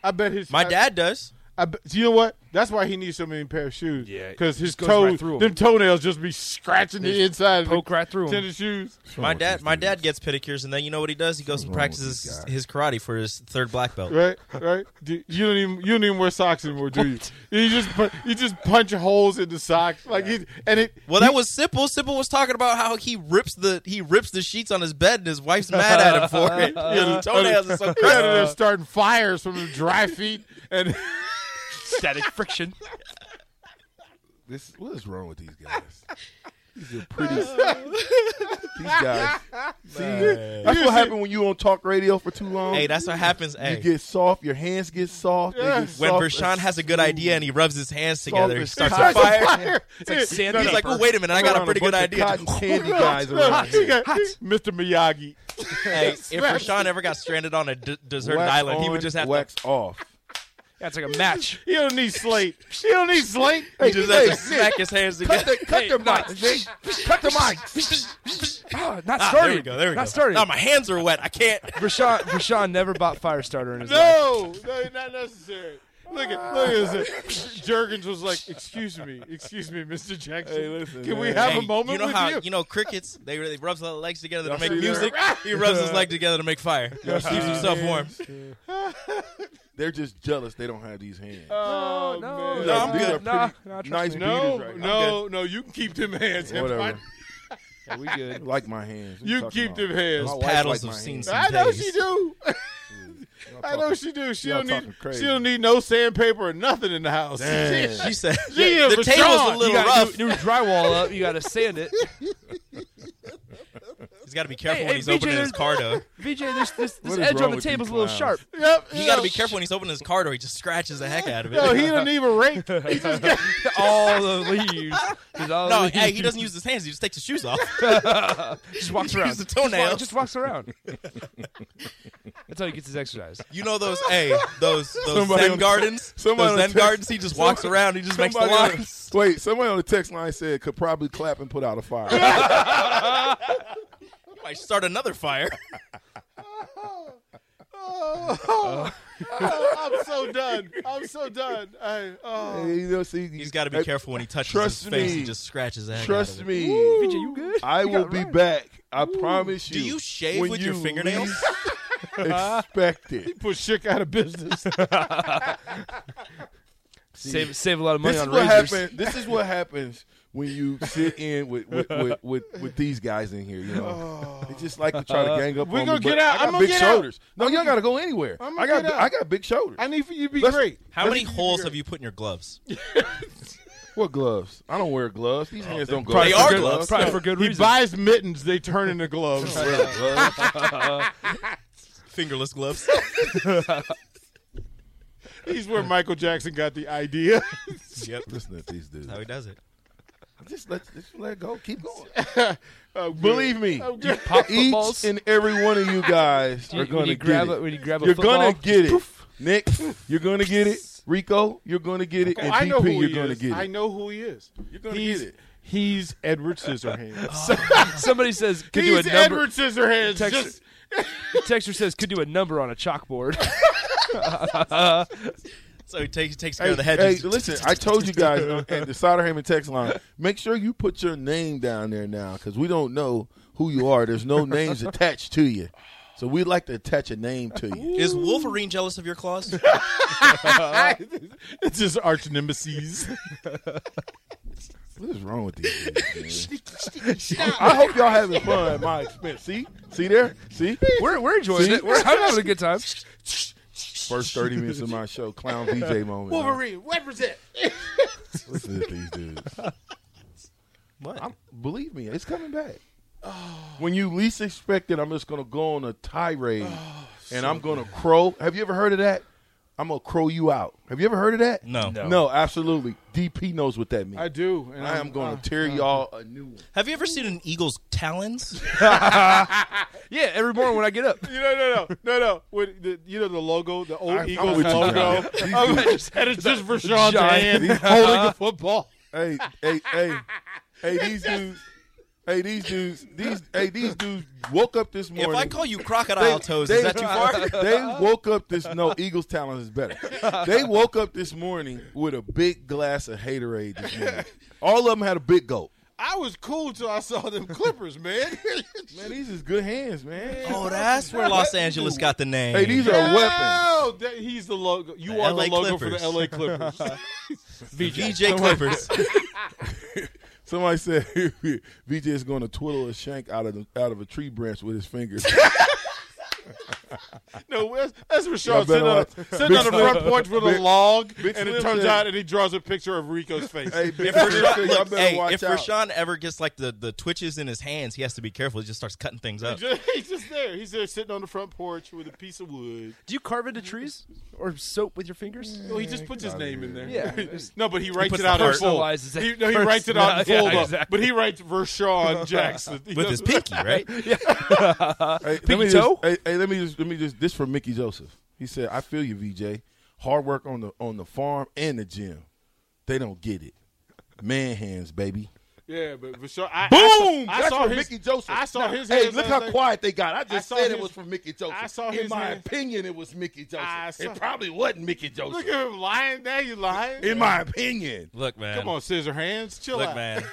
Speaker 5: I bet his
Speaker 8: My
Speaker 5: I-
Speaker 8: dad does.
Speaker 5: I bet, you know what? That's why he needs so many pair of shoes.
Speaker 7: Yeah,
Speaker 5: because
Speaker 7: it
Speaker 5: his
Speaker 7: just goes right
Speaker 5: toes,
Speaker 7: through 'em.
Speaker 5: them toenails, just be scratching the inside, of
Speaker 7: poke
Speaker 5: the
Speaker 7: right through 'em.
Speaker 5: tennis shoes.
Speaker 8: My dad, my dad gets pedicures, and then you know what he does? He goes and practices his karate for his third black belt.
Speaker 5: Right, right. Do, you don't even you don't even wear socks anymore, do you? You just pu- you just punch holes in the socks like he and it.
Speaker 8: Well, that was Simple. Simple was talking about how he rips the he rips the sheets on his bed, and his wife's mad at him for it. His toenails are so
Speaker 5: He out of there
Speaker 8: crusty.
Speaker 5: starting fires from the dry feet and
Speaker 7: static friction.
Speaker 6: This what is wrong with these guys? These are pretty. these guys. See, that's what happened when you on talk radio for too long.
Speaker 8: Hey, that's what happens. Hey,
Speaker 6: you get soft. Your hands get soft. they
Speaker 5: Yeah.
Speaker 6: get
Speaker 8: when
Speaker 6: soft
Speaker 8: Vershawn
Speaker 6: and
Speaker 8: has a good idea and he rubs his hands together, he
Speaker 6: and
Speaker 8: starts a
Speaker 6: soft.
Speaker 8: fire.
Speaker 7: It's like sand.
Speaker 8: He's like, "Oh, wait a minute! I got a
Speaker 6: around
Speaker 8: pretty good
Speaker 6: bunch of
Speaker 8: idea."
Speaker 6: Cotton candy guys around
Speaker 5: He
Speaker 6: here.
Speaker 5: got- Mr. Miyagi.
Speaker 8: Hey, if Rashawn ever got stranded on a d- deserted
Speaker 6: Wax
Speaker 8: island, he would
Speaker 6: on,
Speaker 8: just have
Speaker 6: wax off.
Speaker 7: That's like a match.
Speaker 5: He don't need slate. He don't need slate.
Speaker 8: to, he just have to smack his hands
Speaker 6: Cut
Speaker 8: together.
Speaker 6: the cut the
Speaker 7: Hey,
Speaker 6: mic. Nick. Cut the mic.
Speaker 7: Ah, not
Speaker 8: Ah,
Speaker 7: starting.
Speaker 8: there we go. There we
Speaker 7: not
Speaker 8: go.
Speaker 7: starting.
Speaker 8: Now my hands are wet. I can't.
Speaker 7: Rashawn, Rashawn never bought fire starter in his life.
Speaker 5: No, no, not necessary. Look at look at this. Jurgens was like, "Excuse me, excuse me, Mr. Jackson.
Speaker 6: Hey, listen,
Speaker 5: can we
Speaker 6: man.
Speaker 5: have
Speaker 8: Hey,
Speaker 5: a moment
Speaker 8: you know
Speaker 5: with
Speaker 8: how
Speaker 5: you?"
Speaker 8: know crickets? They they rub their legs together to
Speaker 6: Y'all
Speaker 8: make
Speaker 6: see
Speaker 8: music.
Speaker 6: that?
Speaker 8: He rubs his leg together to make fire. Keeps himself warm.
Speaker 6: They're just jealous. They don't have these hands.
Speaker 5: oh,
Speaker 7: no,
Speaker 5: man.
Speaker 6: These
Speaker 8: I'm
Speaker 6: are
Speaker 8: good.
Speaker 6: pretty
Speaker 7: Nah, nah, trust
Speaker 6: nice
Speaker 7: me.
Speaker 5: no,
Speaker 6: beaters right now.
Speaker 5: no, no. You can keep them hands.
Speaker 6: Whatever.
Speaker 7: Yeah, we
Speaker 6: I
Speaker 7: good.
Speaker 6: like my hands. What
Speaker 5: You
Speaker 6: talking
Speaker 5: keep
Speaker 6: about?
Speaker 5: them hands.
Speaker 6: My wife
Speaker 8: Paddles
Speaker 6: like my
Speaker 8: have seen
Speaker 6: hands.
Speaker 8: some
Speaker 5: I know
Speaker 8: days.
Speaker 5: she do.
Speaker 6: Y'all
Speaker 5: I know
Speaker 6: talking-
Speaker 5: she do. She
Speaker 6: y'all
Speaker 5: don't need.
Speaker 6: talking crazy.
Speaker 5: She don't need no sandpaper or nothing in the house.
Speaker 8: She said
Speaker 5: Yeah,
Speaker 8: the
Speaker 5: but
Speaker 8: table's
Speaker 5: Sean,
Speaker 8: a
Speaker 7: You
Speaker 8: little rough.
Speaker 7: got new, new drywall up. You got to sand it.
Speaker 8: He's got to be careful
Speaker 7: Hey,
Speaker 8: when
Speaker 7: hey,
Speaker 8: he's
Speaker 7: BJ,
Speaker 8: opening his
Speaker 7: there's-
Speaker 8: car though.
Speaker 7: VJ, this this, this
Speaker 6: What is
Speaker 7: edge
Speaker 6: wrong
Speaker 7: on the
Speaker 6: with you
Speaker 7: table's a little
Speaker 6: clowns?
Speaker 7: sharp.
Speaker 5: Yep.
Speaker 8: You got to be careful when he's opening his car door. He just scratches the heck out of it.
Speaker 5: No, he don't even rake. He just got,
Speaker 7: all the leaves. Just all
Speaker 8: No,
Speaker 7: the
Speaker 8: Oh, hey, he
Speaker 7: leaves.
Speaker 8: doesn't use his hands. He just takes his shoes off.
Speaker 7: Just walks around.
Speaker 8: uses the toenails.
Speaker 7: Just, wa- just walks around. That's how he gets his exercise.
Speaker 8: You know those, hey, those those
Speaker 6: Somebody
Speaker 8: Zen
Speaker 6: on-
Speaker 8: gardens.
Speaker 6: somebody
Speaker 8: Those
Speaker 6: on
Speaker 8: Zen
Speaker 6: text-
Speaker 8: gardens. He just walks around. He just makes the
Speaker 6: Somebody on-
Speaker 8: lines.
Speaker 6: wait, somebody on the text line said could probably clap and put out a fire.
Speaker 8: He might start another fire.
Speaker 6: Uh,
Speaker 5: oh, oh, I'm so done. I'm so done. I, oh.
Speaker 6: Hey, you know, see,
Speaker 8: He's got to be
Speaker 6: hey,
Speaker 8: careful when he touches
Speaker 6: trust
Speaker 8: his face.
Speaker 6: me.
Speaker 8: He just scratches the heck out
Speaker 6: Trust
Speaker 8: of it.
Speaker 6: me,
Speaker 7: VJ, you good?
Speaker 6: I
Speaker 7: You
Speaker 6: will
Speaker 7: got
Speaker 6: be
Speaker 7: right.
Speaker 6: back. I promise you.
Speaker 8: Do you shave
Speaker 6: when
Speaker 8: with your
Speaker 6: you
Speaker 8: fingernails?
Speaker 6: Expect it.
Speaker 5: put Chick out of business.
Speaker 7: Save save a lot of money
Speaker 6: This is
Speaker 7: on
Speaker 6: what
Speaker 7: razors.
Speaker 6: happens. This is what happens when you sit in with with, with, with, with these guys in here. You know, they just like to try
Speaker 8: Uh,
Speaker 6: to gang up.
Speaker 5: We
Speaker 6: on
Speaker 5: gonna
Speaker 6: me, but
Speaker 5: get out.
Speaker 6: I got
Speaker 5: I'm gonna
Speaker 6: big
Speaker 5: get out.
Speaker 6: shoulders. No, y'all gotta go anywhere.
Speaker 5: I'm
Speaker 6: I
Speaker 5: gonna
Speaker 6: got
Speaker 5: get out.
Speaker 6: I got big shoulders.
Speaker 5: I need for you to be
Speaker 6: Let's-
Speaker 5: great.
Speaker 8: How many holes have you put in your gloves?
Speaker 6: What gloves? I don't wear gloves. These hands don't go.
Speaker 8: Oh, They are
Speaker 7: good-
Speaker 8: gloves.
Speaker 7: Probably for good
Speaker 5: He
Speaker 7: reason.
Speaker 5: buys mittens, they turn into gloves.
Speaker 6: I don't wear gloves.
Speaker 8: Fingerless gloves.
Speaker 5: He's where Michael Jackson got the idea.
Speaker 8: yep.
Speaker 6: Listen to these dudes.
Speaker 8: How he does it.
Speaker 6: Just let just let go. Keep going.
Speaker 5: Oh,
Speaker 6: Believe me,
Speaker 5: good. Oh, good.
Speaker 7: Pop
Speaker 6: each
Speaker 7: footballs.
Speaker 6: and every one of you guys
Speaker 7: You-
Speaker 6: are
Speaker 7: when
Speaker 6: going
Speaker 7: you
Speaker 6: to
Speaker 7: grab
Speaker 6: get it.
Speaker 7: when you grab a
Speaker 6: You're
Speaker 7: football,
Speaker 6: going to get it. Nick, you're going to get it. Rico, you're going to get it.
Speaker 5: Oh,
Speaker 6: and
Speaker 5: I know
Speaker 6: DP,
Speaker 5: who
Speaker 6: you're
Speaker 5: he
Speaker 6: going to
Speaker 5: is.
Speaker 6: get it.
Speaker 5: I know who he is. You're
Speaker 6: gonna
Speaker 5: he's,
Speaker 6: get it.
Speaker 5: He's Edward Scissorhands.
Speaker 7: somebody says could do a
Speaker 5: he's
Speaker 7: number.
Speaker 5: Edward Scissorhands.
Speaker 7: Texture.
Speaker 5: Just
Speaker 7: Texter says could do a number on a chalkboard.
Speaker 8: So he takes takes care
Speaker 6: Hey,
Speaker 8: of the head.
Speaker 6: hey,
Speaker 8: just-
Speaker 6: listen, I told you guys uh, at the Soderham text line, make sure you put your name down there now because we don't know who you are. There's no names attached to you. So we'd like to attach a name to you.
Speaker 8: Is Wolverine jealous of your claws?
Speaker 5: it's just arch nemesis.
Speaker 6: What is wrong with these dudes, man? I hope y'all having fun at my expense. See? See there? See?
Speaker 7: we're we're enjoying it. We're I'm having a good time.
Speaker 6: First 30 minutes of my show, Clown VJ moment.
Speaker 5: Wolverine, represent.
Speaker 6: Listen to these dudes.
Speaker 8: what?
Speaker 6: I'm, believe me,
Speaker 5: Oh,
Speaker 6: it's coming back. When you least expect it, I'm just going to go on a tirade and I'm going to crow. Have you ever heard of that? I'm going to crow you out. Have you ever heard of that?
Speaker 8: No. No.
Speaker 6: No, absolutely. DP knows what that means.
Speaker 5: I do, and
Speaker 6: I am going to tear y'all a new one.
Speaker 8: Have you ever seen an eagle's talons?
Speaker 7: Yeah, every morning when I get up.
Speaker 5: You know, no, no, no, no. With the, you know the logo, the old
Speaker 6: I- I'm
Speaker 5: Eagles
Speaker 6: with you,
Speaker 5: logo,
Speaker 6: John. These
Speaker 5: I'm-
Speaker 6: dudes-
Speaker 5: and it's just Rashawn's
Speaker 7: Giant.
Speaker 5: hand holding the football.
Speaker 6: hey, hey, hey, hey, these dudes. Hey, these dudes. These hey, these dudes woke up this morning.
Speaker 8: if I call you crocodile toes, is that too far?
Speaker 6: They woke up this no Eagles talent is better. They woke up this morning with a big glass of haterade this morning. All of them had a big goat.
Speaker 5: I was cool till I saw them Clippers, man.
Speaker 6: Man, these is good hands, man.
Speaker 8: Oh, that's where Los Angeles got the name.
Speaker 6: Hey, these are weapons.
Speaker 5: No, that, he's the logo. You
Speaker 8: The
Speaker 5: are
Speaker 8: LA
Speaker 5: the logo
Speaker 8: Clippers.
Speaker 5: for the LA Clippers.
Speaker 8: VJ Clippers.
Speaker 6: Somebody said VJ is going to twiddle a shank out of the, out of a tree branch with his fingers.
Speaker 5: no, that's, that's
Speaker 6: Y'all better
Speaker 5: Rashawn sitting on,
Speaker 6: watch.
Speaker 5: a, sitting on the
Speaker 6: Big
Speaker 5: front
Speaker 6: Slim-
Speaker 5: porch with a
Speaker 6: Big-
Speaker 5: log,
Speaker 6: Big
Speaker 5: and
Speaker 6: Slim
Speaker 5: it turns
Speaker 6: said-
Speaker 5: out and he draws a picture of Rico's face.
Speaker 6: hey, big
Speaker 8: If
Speaker 6: sister,
Speaker 8: Rashawn,
Speaker 6: y'all
Speaker 8: look,
Speaker 6: better
Speaker 8: hey,
Speaker 6: watch
Speaker 8: if
Speaker 6: out.
Speaker 8: Rashawn ever gets like the, the twitches in his hands, he has to be careful. He just starts cutting things up.
Speaker 5: Just- he's just there. He's there sitting on the front porch with a piece of wood.
Speaker 7: Do you carve into trees or soap with your fingers?
Speaker 5: No, he just puts his name in there.
Speaker 7: Yeah.
Speaker 5: no, but he writes
Speaker 8: puts
Speaker 5: it
Speaker 8: the
Speaker 5: out in
Speaker 8: first-
Speaker 5: full.
Speaker 7: Personalizes it.
Speaker 5: He, no, he
Speaker 7: First-
Speaker 5: writes it out in
Speaker 7: yeah,
Speaker 5: full, though.
Speaker 7: exactly.
Speaker 5: But he writes Vershawn Jackson. He
Speaker 8: With his
Speaker 5: doesn't-
Speaker 8: pinky, right?
Speaker 6: Hey, let
Speaker 7: Pinky
Speaker 6: me just,
Speaker 7: toe?
Speaker 6: Hey, hey, let me just let me just this from Mickey Joseph. He said, "I feel you, VJ. Hard work on the on the farm and the gym. They don't get it. Man hands, baby.
Speaker 5: Yeah, but Vershawn. I,
Speaker 6: Boom!
Speaker 5: I saw, I
Speaker 6: That's
Speaker 5: saw
Speaker 6: from
Speaker 5: his,
Speaker 6: Mickey Joseph.
Speaker 5: I saw his.
Speaker 6: Hey,
Speaker 5: hands
Speaker 6: look
Speaker 5: last
Speaker 6: how
Speaker 5: night.
Speaker 6: quiet they got. I just
Speaker 5: saw
Speaker 6: said it
Speaker 5: his-
Speaker 6: was from Mickey Joseph.
Speaker 5: I saw
Speaker 6: In
Speaker 5: his
Speaker 6: my
Speaker 5: hand-
Speaker 6: opinion, it was Mickey Joseph.
Speaker 5: I saw-
Speaker 6: it probably wasn't Mickey Joseph.
Speaker 5: Look at him lying there. You lying?
Speaker 6: In my opinion.
Speaker 8: Look, man.
Speaker 5: Come on, scissor hands. Chill
Speaker 8: Look,
Speaker 5: out.
Speaker 8: man.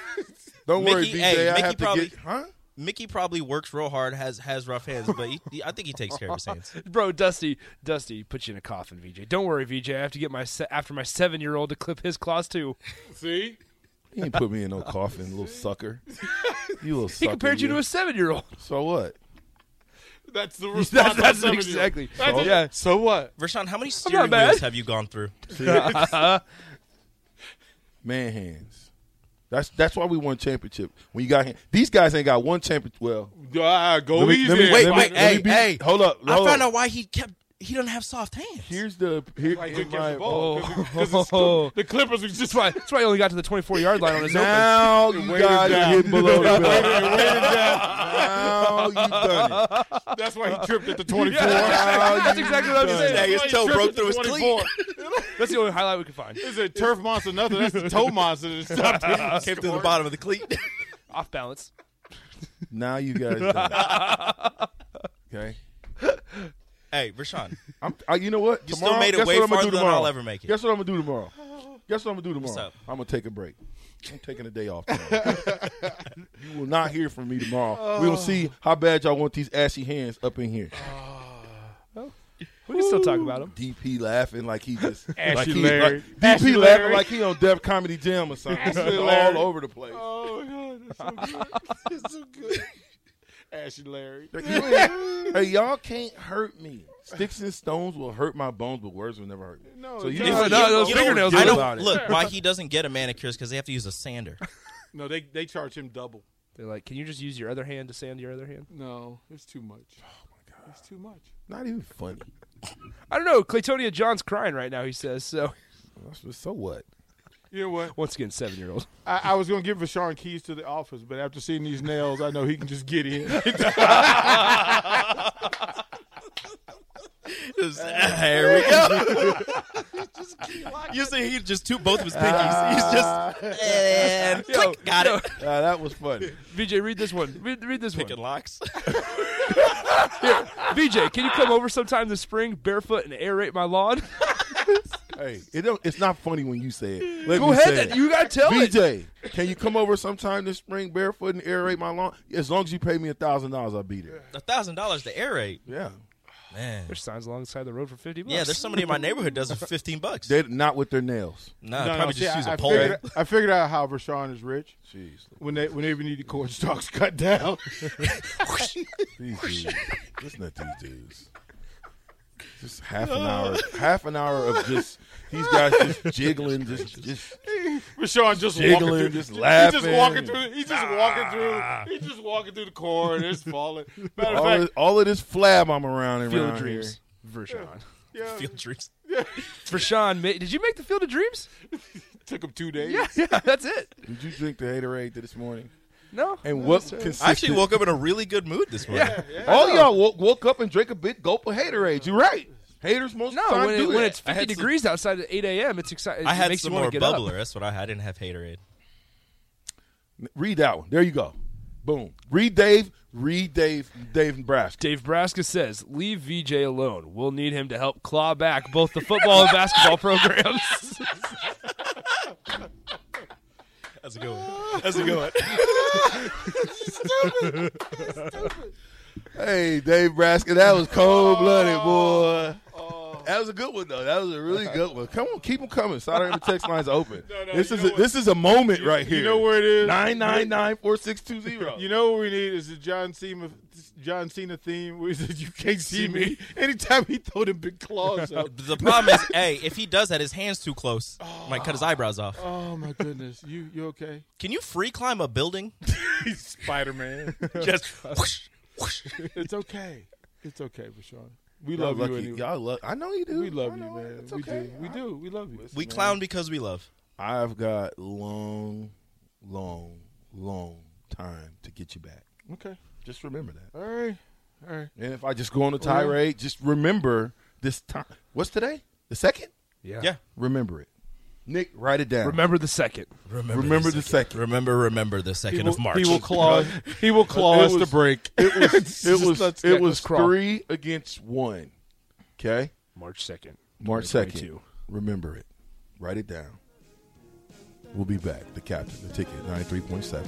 Speaker 6: Don't worry,
Speaker 8: Mickey-
Speaker 6: VJ.
Speaker 8: hey,
Speaker 6: I
Speaker 8: Mickey
Speaker 6: have to
Speaker 8: probably-
Speaker 6: get huh?
Speaker 8: Mickey probably works real hard, has has rough hands, but he, he- I think he takes care of his hands.
Speaker 7: Bro, Dusty, Dusty put you in a coffin, VJ. Don't worry, VJ. I have to get my se- after my seven year old to clip his claws too.
Speaker 5: See,
Speaker 6: He ain't put me in no coffin, little sucker. You little
Speaker 7: He
Speaker 6: sucker.
Speaker 7: compared you to a seven year old.
Speaker 6: So what?
Speaker 5: that's the
Speaker 7: That's,
Speaker 5: response.
Speaker 7: that's
Speaker 5: I'm giving you.
Speaker 7: exactly.
Speaker 5: That's it.
Speaker 7: yeah.
Speaker 5: So what?
Speaker 8: Vershawn, how many steering
Speaker 7: mad.
Speaker 8: wheels have you gone through?
Speaker 6: Man hands. That's that's why we won championship. When you got hand- these guys ain't got one championship. Well,
Speaker 5: Ah, go
Speaker 6: Let me-
Speaker 5: easy.
Speaker 6: let me-
Speaker 5: on
Speaker 8: Wait,
Speaker 5: him.
Speaker 8: wait,
Speaker 6: me- let
Speaker 8: hey,
Speaker 6: me be-
Speaker 8: hey.
Speaker 6: hold up,
Speaker 8: I
Speaker 6: hold
Speaker 8: found
Speaker 6: up.
Speaker 8: out why he kept he doesn't have soft hands.
Speaker 6: here's the here,
Speaker 5: I
Speaker 6: in
Speaker 5: couldn't catch
Speaker 6: my-
Speaker 5: the ball. 'cause it- 'cause it's-
Speaker 7: Oh.
Speaker 5: The Clippers was just
Speaker 7: That's why, that's why he only got to the 24 yard line on his open.
Speaker 6: Now you
Speaker 5: Wait it
Speaker 6: guys
Speaker 5: down.
Speaker 6: are getting below the belt. now you done it.
Speaker 5: That's why he tripped at the 24.
Speaker 7: That's, exactly what I'm
Speaker 8: Hey,
Speaker 7: saying.
Speaker 8: his toe broke through his cleat.
Speaker 7: That's the only highlight we could find.
Speaker 5: It's a turf monster, nothing. That's the toe monster that stopped him.
Speaker 8: Came through the bottom of the cleat.
Speaker 7: Off balance.
Speaker 6: Now you guys done it. Okay.
Speaker 8: hey, Vershawn,
Speaker 6: I'm, I, you know what?
Speaker 8: You still
Speaker 6: tomorrow,
Speaker 8: made it
Speaker 6: guess
Speaker 8: way
Speaker 6: what I'm gonna
Speaker 8: farther
Speaker 6: do
Speaker 8: than
Speaker 6: tomorrow?
Speaker 8: I'll ever make it.
Speaker 6: Guess what I'm gonna do tomorrow? Guess what I'm gonna do tomorrow?
Speaker 8: up?
Speaker 6: I'm gonna take a break. I'm taking a day off. Tomorrow. you will not hear from me tomorrow. We will see how bad y'all want these ashy hands up in here.
Speaker 7: We can still talk about him.
Speaker 6: DP laughing like he just
Speaker 5: Ashy
Speaker 6: like he,
Speaker 5: Larry.
Speaker 6: like- DP
Speaker 5: Ashy
Speaker 6: laughing
Speaker 5: Larry.
Speaker 6: like he on Def Comedy Jam or something. He's
Speaker 5: Larry.
Speaker 6: all over the place.
Speaker 5: Oh, my God. That's so good. That's so good. Ashy Larry.
Speaker 6: Like, you ain't- hey, y'all can't hurt me. Sticks and stones will hurt my bones, but words will never hurt me.
Speaker 5: No,
Speaker 6: so you
Speaker 5: no,
Speaker 6: know,
Speaker 7: no, no, those
Speaker 8: know,
Speaker 7: fingernails
Speaker 8: I
Speaker 7: are
Speaker 8: don't
Speaker 6: about it.
Speaker 8: look why he doesn't get a manicure is because they have to use a sander.
Speaker 5: No, they, they charge him double.
Speaker 7: They're like, can you just use your other hand to sand your other hand?
Speaker 5: No, it's too much. Oh, my God. It's too much.
Speaker 6: not even funny.
Speaker 7: I don't know. Claytonia John's crying right now, he says. So,
Speaker 6: That's just- So what?
Speaker 5: You know what?
Speaker 7: once again, seven year old.
Speaker 5: I, I was going to give Rashawn keys to the office, but after seeing these nails, I know he can just get in.
Speaker 8: Just, uh, here we go. you see, he just two both of his pinkies.
Speaker 7: Uh,
Speaker 8: He's just and click, got it.
Speaker 6: Ah, that was funny.
Speaker 7: VJ, read this one. Read, read this one.
Speaker 8: Picking locks.
Speaker 7: VJ, can you come over sometime this spring barefoot and aerate my lawn?
Speaker 6: Hey, it don't, it's not funny when you say it. Let
Speaker 7: Go
Speaker 6: me
Speaker 7: ahead.
Speaker 6: say
Speaker 7: then. You got to tell it.
Speaker 6: BJ, can you come over sometime this spring barefoot and aerate my lawn? As long as you pay me a thousand dollars, I'll be there.
Speaker 8: A thousand dollars to aerate,
Speaker 6: Yeah,
Speaker 8: man.
Speaker 7: There's signs alongside the road for 50 bucks.
Speaker 8: Yeah, there's somebody in my neighborhood does it for fifteen bucks.
Speaker 6: they're not with their nails.
Speaker 8: No,
Speaker 5: No, no,
Speaker 8: probably
Speaker 5: see,
Speaker 8: just
Speaker 5: I-
Speaker 8: use
Speaker 5: I
Speaker 8: a pole.
Speaker 5: Figured, I figured out how Rashawn is rich
Speaker 6: Jeez,
Speaker 5: when they whenever you need the corn stalks cut down.
Speaker 6: these dudes. Listen to these dudes. Just half an hour, half an hour of just these guys just jiggling, just just
Speaker 5: Rashawn just walking
Speaker 6: Giggling,
Speaker 5: through,
Speaker 6: just
Speaker 5: he's
Speaker 6: laughing.
Speaker 5: just walking through, he's just walking through, he's just walking through the corridor. It's falling. Matter of
Speaker 6: all, of,
Speaker 5: fact,
Speaker 6: all of this flab I'm around and
Speaker 7: Field
Speaker 6: around
Speaker 7: of Dreams.
Speaker 6: here.
Speaker 7: Vershawn.
Speaker 5: yeah,
Speaker 9: Field dreams.
Speaker 7: Vershawn, ma- did you make the Field of Dreams?
Speaker 5: took him two days.
Speaker 7: Yeah, yeah, that's it.
Speaker 6: Did you drink the Haterade this morning?
Speaker 7: No.
Speaker 6: And what consisted?
Speaker 9: I actually woke up in a really good mood this morning.
Speaker 7: Yeah.
Speaker 6: all y'all woke, woke up and drank a big gulp of Haterade. You're right. Haters most
Speaker 7: No,
Speaker 6: of the time
Speaker 7: when,
Speaker 6: do
Speaker 7: it, when
Speaker 6: that.
Speaker 7: it's 50 degrees outside at 8 a.m., it's exciting.
Speaker 9: I had
Speaker 7: makes
Speaker 9: some
Speaker 7: you wanna
Speaker 9: more
Speaker 7: get
Speaker 9: bubbler.
Speaker 7: Up.
Speaker 9: That's what I had. I didn't have Haterade.
Speaker 6: Read that one. There you go. Boom. Read Dave. Read Dave. Dave and Brask.
Speaker 7: Dave Braska says, leave VJ alone. We'll need him to help claw back both the football and basketball programs.
Speaker 9: That's a good one. That's a good one.
Speaker 6: Hey, Dave Brask. That was cold blooded,
Speaker 5: Oh.
Speaker 6: boy. That was a good one though. That was a really good one. Come on, keep them coming. Southern Army text lines open.
Speaker 5: No, no,
Speaker 6: this
Speaker 5: you
Speaker 6: is
Speaker 5: know
Speaker 6: a,
Speaker 5: what-
Speaker 6: this is a moment right here.
Speaker 5: You know where it is?
Speaker 6: Nine nine nine four six two zero.
Speaker 5: You know what we need is the John Cena, John Cena theme where he says, "You can't see me." Anytime he throw them big claws up.
Speaker 9: The problem is, hey, if he does that, his hand's too close. Might cut his eyebrows off.
Speaker 5: Oh my goodness! You you okay?
Speaker 9: Can you free climb a building?
Speaker 5: He's Spider Man.
Speaker 9: Just whoosh, whoosh.
Speaker 5: it's okay. It's okay, Rashawn. We
Speaker 6: Y'all
Speaker 5: love
Speaker 6: lucky.
Speaker 5: you anyway.
Speaker 6: Y'all love. I know you do.
Speaker 5: we love
Speaker 6: I
Speaker 5: you,
Speaker 6: know it.
Speaker 5: man.
Speaker 6: It's
Speaker 5: we
Speaker 6: okay.
Speaker 5: do. We do. We love you.
Speaker 9: We clown because we love.
Speaker 6: I've got long, long, long time to get you back.
Speaker 5: Okay.
Speaker 6: Just remember that.
Speaker 5: All right. All right.
Speaker 6: And if I just go on a tirade, just remember this time. What's today? The second?
Speaker 9: Yeah.
Speaker 6: Remember it. Nick, write it down.
Speaker 7: Remember the second.
Speaker 9: Remember,
Speaker 6: Remember the second.
Speaker 9: Remember, remember the second of March.
Speaker 5: He will claw. he will claw
Speaker 6: It
Speaker 5: us to
Speaker 6: was-
Speaker 5: break.
Speaker 6: It was it was
Speaker 5: let's-
Speaker 6: it was
Speaker 7: let's crawl.
Speaker 6: three against one. Okay,
Speaker 7: March 2nd.
Speaker 6: March second.
Speaker 7: 2022.
Speaker 6: Remember it. Write it down. We'll be back. The captain, the ticket, ninety three point seven.